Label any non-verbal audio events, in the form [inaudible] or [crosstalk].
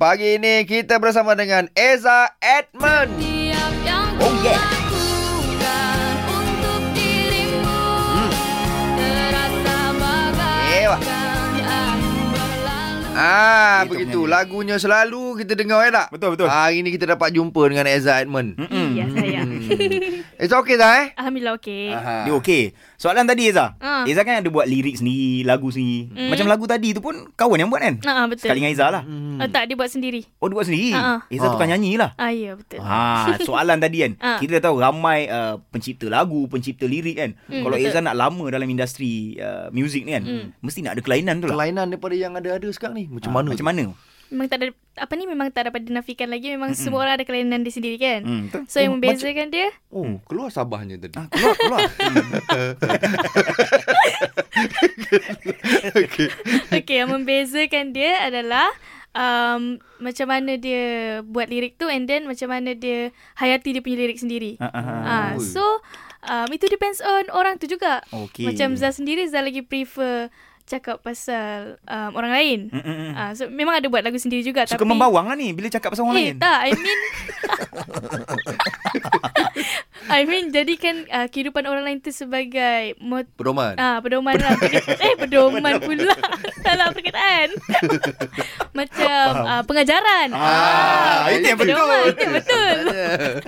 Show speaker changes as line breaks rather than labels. Pagi ini kita bersama dengan Eza Edmund.
Setiap yang
Oh, yeah.
kulakukan untuk dirimu
Hmm.
Terasa
Ewa.
bagaikan aku
Hmm.
berlalu
Eh, Ah,
Itu
begitu.
penyanyi.
Lagunya selalu kita dengar, ya tak?
Betul,
Ah,
betul.
Hari ini kita dapat jumpa dengan Eza Edmund. Hmm?
Mm-mm.
Ya, saya.
It's okay tak eh?
Alhamdulillah okey.
Aha.
Dia okey. Soalan tadi Eza.
Ah.
Eza kan ada buat lirik sendiri, lagu sendiri.
Mm.
Macam lagu tadi tu pun kawan yang buat kan?
Ha ah, betul.
Sekali dengan Eza lah.
Ah, tak dia buat sendiri.
Oh, dia buat sendiri.
Ah, ah.
Eza tukar
Ah.
nyanyi lah.
Ah ya betul.
Ha, soalan tadi kan.
Ah.
Kita dah tahu ramai uh, pencipta lagu, pencipta lirik kan.
Mm,
Kalau
betul. Hmm.
Eza nak lama dalam industri uh, muzik ni kan, mesti nak ada kelainan tu lah.
Kelainan daripada yang ada-ada sekarang ni. Macam
Ah,
mana?
Macam mana?
Memang tak ada apa ni memang tak dapat dinafikan lagi memang mm semua orang ada kelainan dia sendiri kan.
Hmm, betul.
So yang
Oh,
membezakan dia [laughs]
Oh, keluar sabahnya tadi.
Ah, keluar, keluar. Hmm.
okay.
okey yang membezakan dia adalah um, macam mana dia buat lirik tu and then macam mana dia hayati dia punya lirik sendiri.
Ah, ah, ah.
Ah,
Ui.
so um, itu depends on orang tu juga.
Okey.
Macam Zah sendiri Zah lagi prefer cakap pasal um, orang lain.
Mm, mm, mm.
Ah, so memang ada buat lagu sendiri juga
Suka
tapi
membawang lah ni bila cakap pasal orang
eh,
lain.
tak. I mean... [laughs] I mean, jadikan uh, kehidupan orang lain tu sebagai... Mot-
Pedoman.
Ah, pedoman lah. eh, pedoman pula. [laughs] Salah
[laughs]
perkataan. Macam uh, pengajaran.
Ah, itu yang
pedoman,
betul.
Itu yang betul.
[laughs]
Ah.
Mana?